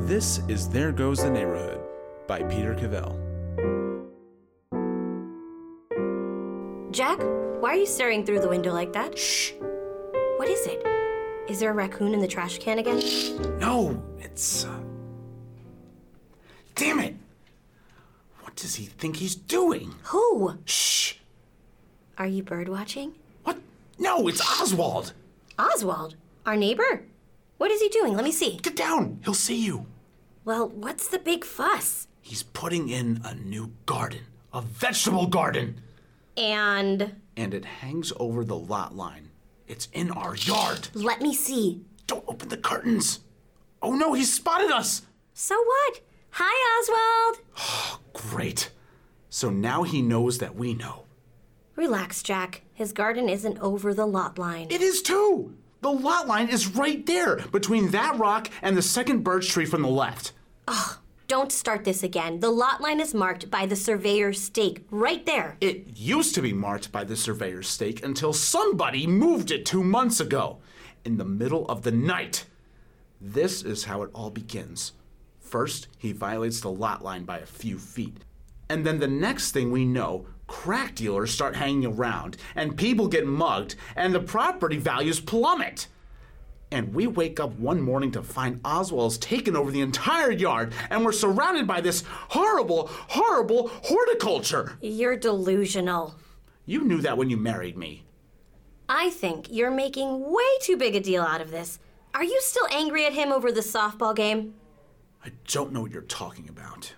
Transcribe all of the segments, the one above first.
This is There Goes the Neighborhood by Peter Cavell. Jack, why are you staring through the window like that? Shh. What is it? Is there a raccoon in the trash can again? No, it's. Uh... Damn it! What does he think he's doing? Who? Shh! Are you bird watching? What? No, it's Oswald! Oswald, our neighbor. What is he doing? Let me see. Get down! He'll see you! Well, what's the big fuss? He's putting in a new garden, a vegetable garden! And And it hangs over the lot line. It's in our yard! let me see. Don't open the curtains! Oh no, he's spotted us! So what? Hi, Oswald. Great. So now he knows that we know. Relax, Jack. His garden isn't over the lot line. It is too! The lot line is right there between that rock and the second birch tree from the left. Don't start this again. The lot line is marked by the surveyor's stake right there. It used to be marked by the surveyor's stake until somebody moved it two months ago, in the middle of the night. This is how it all begins. First, he violates the lot line by a few feet. And then the next thing we know, crack dealers start hanging around, and people get mugged, and the property values plummet. And we wake up one morning to find Oswald's taken over the entire yard, and we're surrounded by this horrible, horrible horticulture. You're delusional. You knew that when you married me. I think you're making way too big a deal out of this. Are you still angry at him over the softball game? I don't know what you're talking about.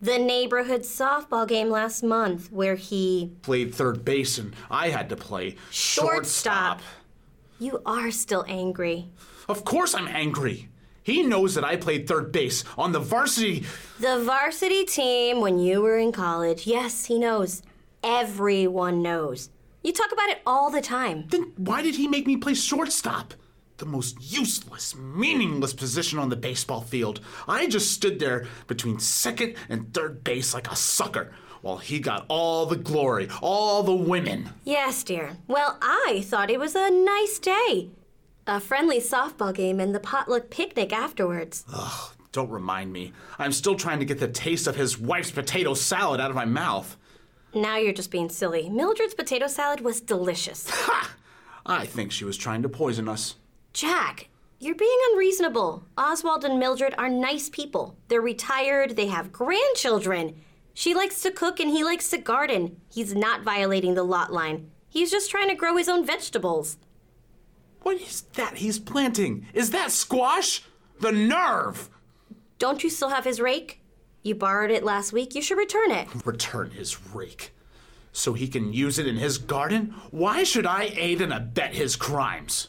The neighborhood softball game last month where he. Played third base and I had to play Shortstop. You are still angry. Of course I'm angry. He knows that I played third base on the varsity. The varsity team when you were in college. Yes, he knows. Everyone knows. You talk about it all the time. Then why did he make me play shortstop? The most useless, meaningless position on the baseball field. I just stood there between second and third base like a sucker, while he got all the glory, all the women. Yes, dear. Well, I thought it was a nice day. A friendly softball game and the potluck picnic afterwards. Don't remind me. I'm still trying to get the taste of his wife's potato salad out of my mouth. Now you're just being silly. Mildred's potato salad was delicious. I think she was trying to poison us. Jack, you're being unreasonable. Oswald and Mildred are nice people. They're retired, they have grandchildren. She likes to cook and he likes to garden. He's not violating the lot line. He's just trying to grow his own vegetables. What is that he's planting? Is that squash? The nerve! Don't you still have his rake? You borrowed it last week. You should return it. Return his rake. So he can use it in his garden? Why should I aid and abet his crimes?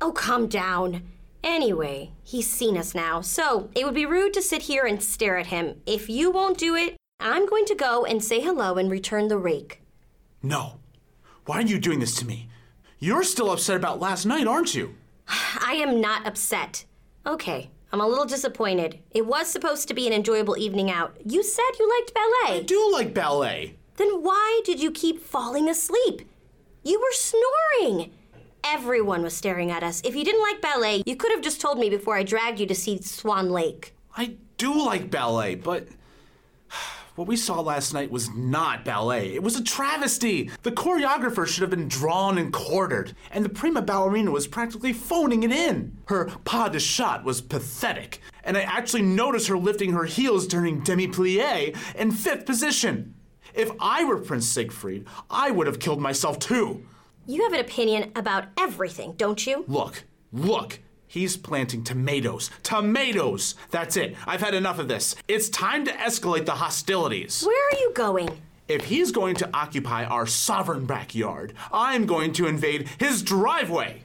Oh, calm down. Anyway, he's seen us now, so it would be rude to sit here and stare at him. If you won't do it, I'm going to go and say hello and return the rake. No. Why are you doing this to me? You're still upset about last night, aren't you? I am not upset. Okay, I'm a little disappointed. It was supposed to be an enjoyable evening out. You said you liked ballet. I do like ballet. Then why did you keep falling asleep? You were snoring. Everyone was staring at us. If you didn't like ballet, you could have just told me before I dragged you to see Swan Lake. I do like ballet, but what we saw last night was not ballet. It was a travesty. The choreographer should have been drawn and quartered, and the prima ballerina was practically phoning it in. Her pas de chat was pathetic, and I actually noticed her lifting her heels during demi plie in fifth position. If I were Prince Siegfried, I would have killed myself too. You have an opinion about everything, don't you? Look, look, he's planting tomatoes. Tomatoes! That's it. I've had enough of this. It's time to escalate the hostilities. Where are you going? If he's going to occupy our sovereign backyard, I'm going to invade his driveway.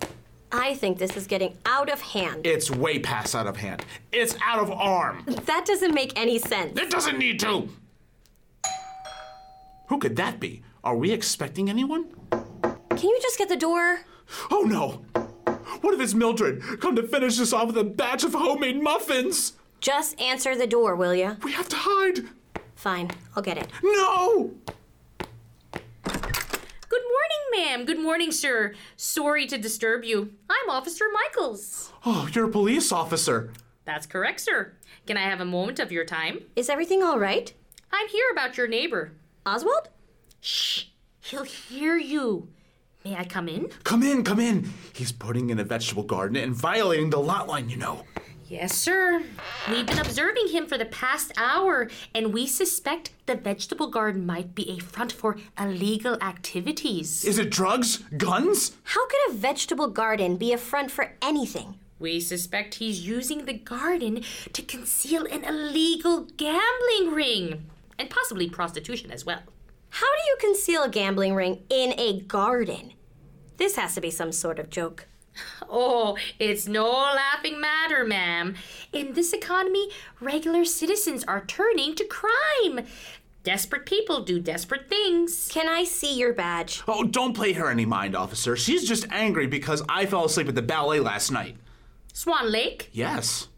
I think this is getting out of hand. It's way past out of hand. It's out of arm. That doesn't make any sense. It doesn't need to. Who could that be? Are we expecting anyone? Can you just get the door? Oh no! What if it's Mildred come to finish us off with a batch of homemade muffins? Just answer the door, will you? We have to hide. Fine, I'll get it. No! Good morning, ma'am. Good morning, sir. Sorry to disturb you. I'm Officer Michaels. Oh, you're a police officer. That's correct, sir. Can I have a moment of your time? Is everything all right? I'm here about your neighbor. Oswald? Shh, he'll hear you. May I come in? Come in, come in. He's putting in a vegetable garden and violating the lot line, you know. Yes, sir. We've been observing him for the past hour, and we suspect the vegetable garden might be a front for illegal activities. Is it drugs? Guns? How could a vegetable garden be a front for anything? We suspect he's using the garden to conceal an illegal gambling ring, and possibly prostitution as well. How do you conceal a gambling ring in a garden? This has to be some sort of joke. Oh, it's no laughing matter, ma'am. In this economy, regular citizens are turning to crime. Desperate people do desperate things. Can I see your badge? Oh, don't play her any mind, officer. She's just angry because I fell asleep at the ballet last night. Swan Lake? Yes.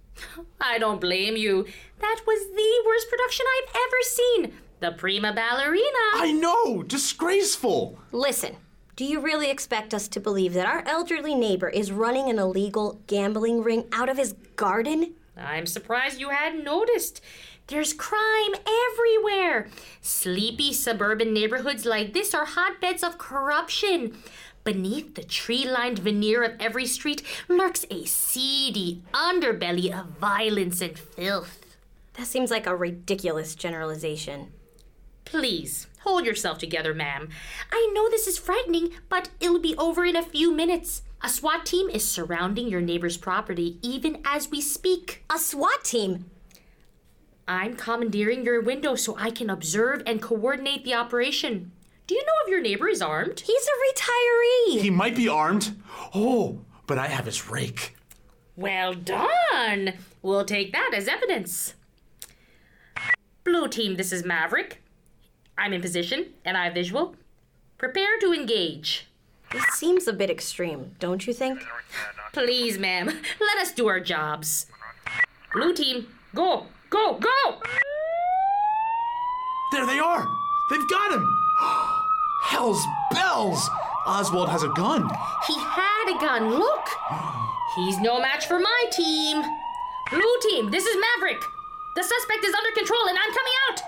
I don't blame you. That was the worst production I've ever seen. The prima ballerina. I know! Disgraceful! Listen, do you really expect us to believe that our elderly neighbor is running an illegal gambling ring out of his garden? I'm surprised you hadn't noticed. There's crime everywhere. Sleepy suburban neighborhoods like this are hotbeds of corruption. Beneath the tree lined veneer of every street lurks a seedy underbelly of violence and filth. That seems like a ridiculous generalization. Please, hold yourself together, ma'am. I know this is frightening, but it'll be over in a few minutes. A SWAT team is surrounding your neighbor's property even as we speak. A SWAT team? I'm commandeering your window so I can observe and coordinate the operation. Do you know if your neighbor is armed? He's a retiree! He might be armed. Oh, but I have his rake. Well done! We'll take that as evidence. Blue team, this is Maverick. I'm in position and I have visual. Prepare to engage. This seems a bit extreme, don't you think? Please, ma'am, let us do our jobs. Blue team, go, go, go! There they are! They've got him! Hell's bells! Oswald has a gun. He had a gun, look! He's no match for my team. Blue team, this is Maverick. The suspect is under control and I'm coming out!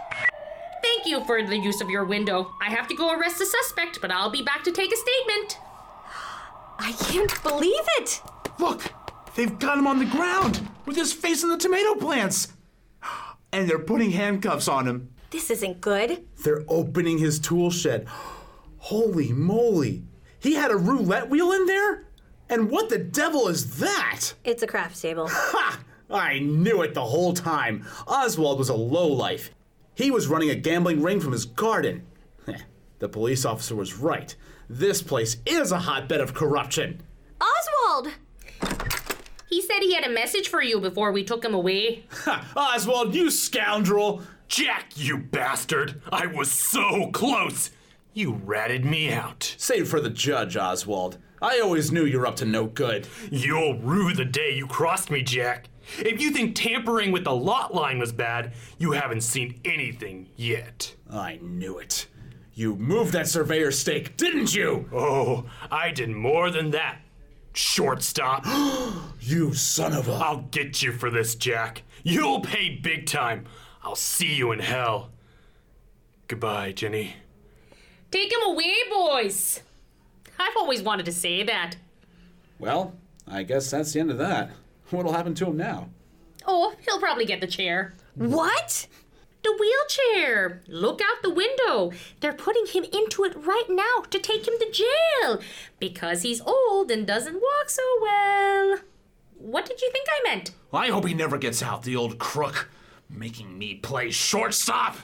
Thank you for the use of your window. I have to go arrest the suspect, but I'll be back to take a statement. I can't believe it! Look, they've got him on the ground with his face in the tomato plants. And they're putting handcuffs on him. This isn't good. They're opening his tool shed. Holy moly. He had a roulette wheel in there? And what the devil is that? It's a craft table. Ha! I knew it the whole time. Oswald was a lowlife. He was running a gambling ring from his garden. Heh, the police officer was right. This place is a hotbed of corruption. Oswald! He said he had a message for you before we took him away. Ha! Oswald, you scoundrel! Jack, you bastard! I was so close! You ratted me out. Save for the judge, Oswald. I always knew you're up to no good. You'll rue the day you crossed me, Jack. If you think tampering with the lot line was bad, you haven't seen anything yet. I knew it. You moved that surveyor stake, didn't you? Oh, I did more than that. Shortstop, You son of a. I'll get you for this, Jack. You'll pay big time. I'll see you in hell. Goodbye, Jenny. Take him away, boys! I've always wanted to say that. Well, I guess that's the end of that. What'll happen to him now? Oh, he'll probably get the chair. What? The wheelchair! Look out the window! They're putting him into it right now to take him to jail because he's old and doesn't walk so well. What did you think I meant? I hope he never gets out, the old crook. Making me play shortstop!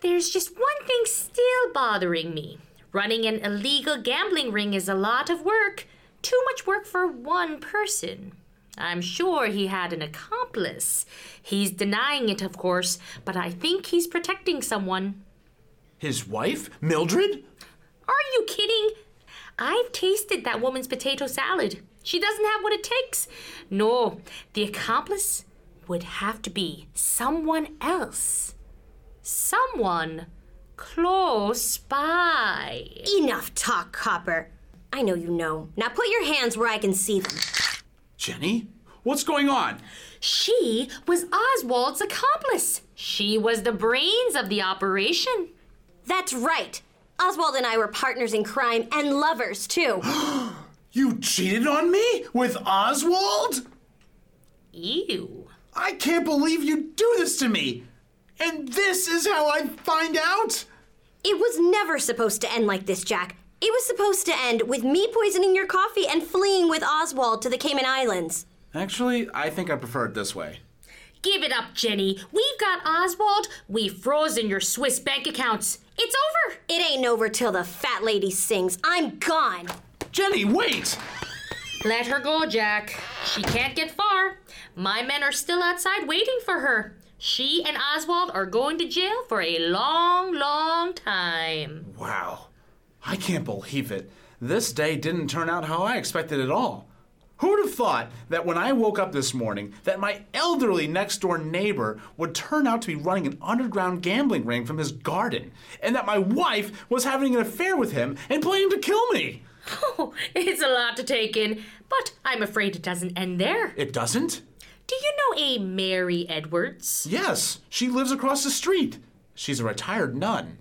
There's just one thing still bothering me. Running an illegal gambling ring is a lot of work. Too much work for one person. I'm sure he had an accomplice. He's denying it, of course, but I think he's protecting someone. His wife? Mildred? Are you kidding? I've tasted that woman's potato salad. She doesn't have what it takes. No, the accomplice would have to be someone else. Someone close by. Enough talk, Copper. I know you know. Now put your hands where I can see them. Jenny? What's going on? She was Oswald's accomplice. She was the brains of the operation. That's right. Oswald and I were partners in crime and lovers, too. You cheated on me with Oswald? Ew. I can't believe you do this to me. And this is how I find out? It was never supposed to end like this, Jack. It was supposed to end with me poisoning your coffee and fleeing with Oswald to the Cayman Islands. Actually, I think I prefer it this way. Give it up, Jenny. We've got Oswald. We've frozen your Swiss bank accounts. It's over. It ain't over till the fat lady sings, I'm gone. Jenny, wait! Let her go, Jack. She can't get far. My men are still outside waiting for her. She and Oswald are going to jail for a long, long time. Wow. I can't believe it. This day didn't turn out how I expected at all. Who'd have thought that when I woke up this morning that my elderly next door neighbor would turn out to be running an underground gambling ring from his garden, and that my wife was having an affair with him and planning to kill me? Oh, it's a lot to take in, but I'm afraid it doesn't end there. It doesn't? Do you know a Mary Edwards? Yes, she lives across the street. She's a retired nun.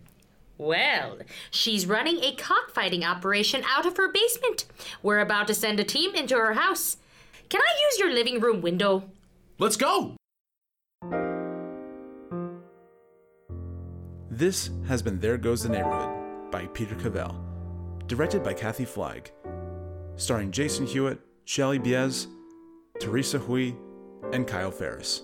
Well, she's running a cockfighting operation out of her basement. We're about to send a team into her house. Can I use your living room window? Let's go! This has been There Goes the Neighborhood by Peter Cavell, directed by Kathy Flagg, starring Jason Hewitt, Shelly Biez, Teresa Hui, and Kyle Ferris.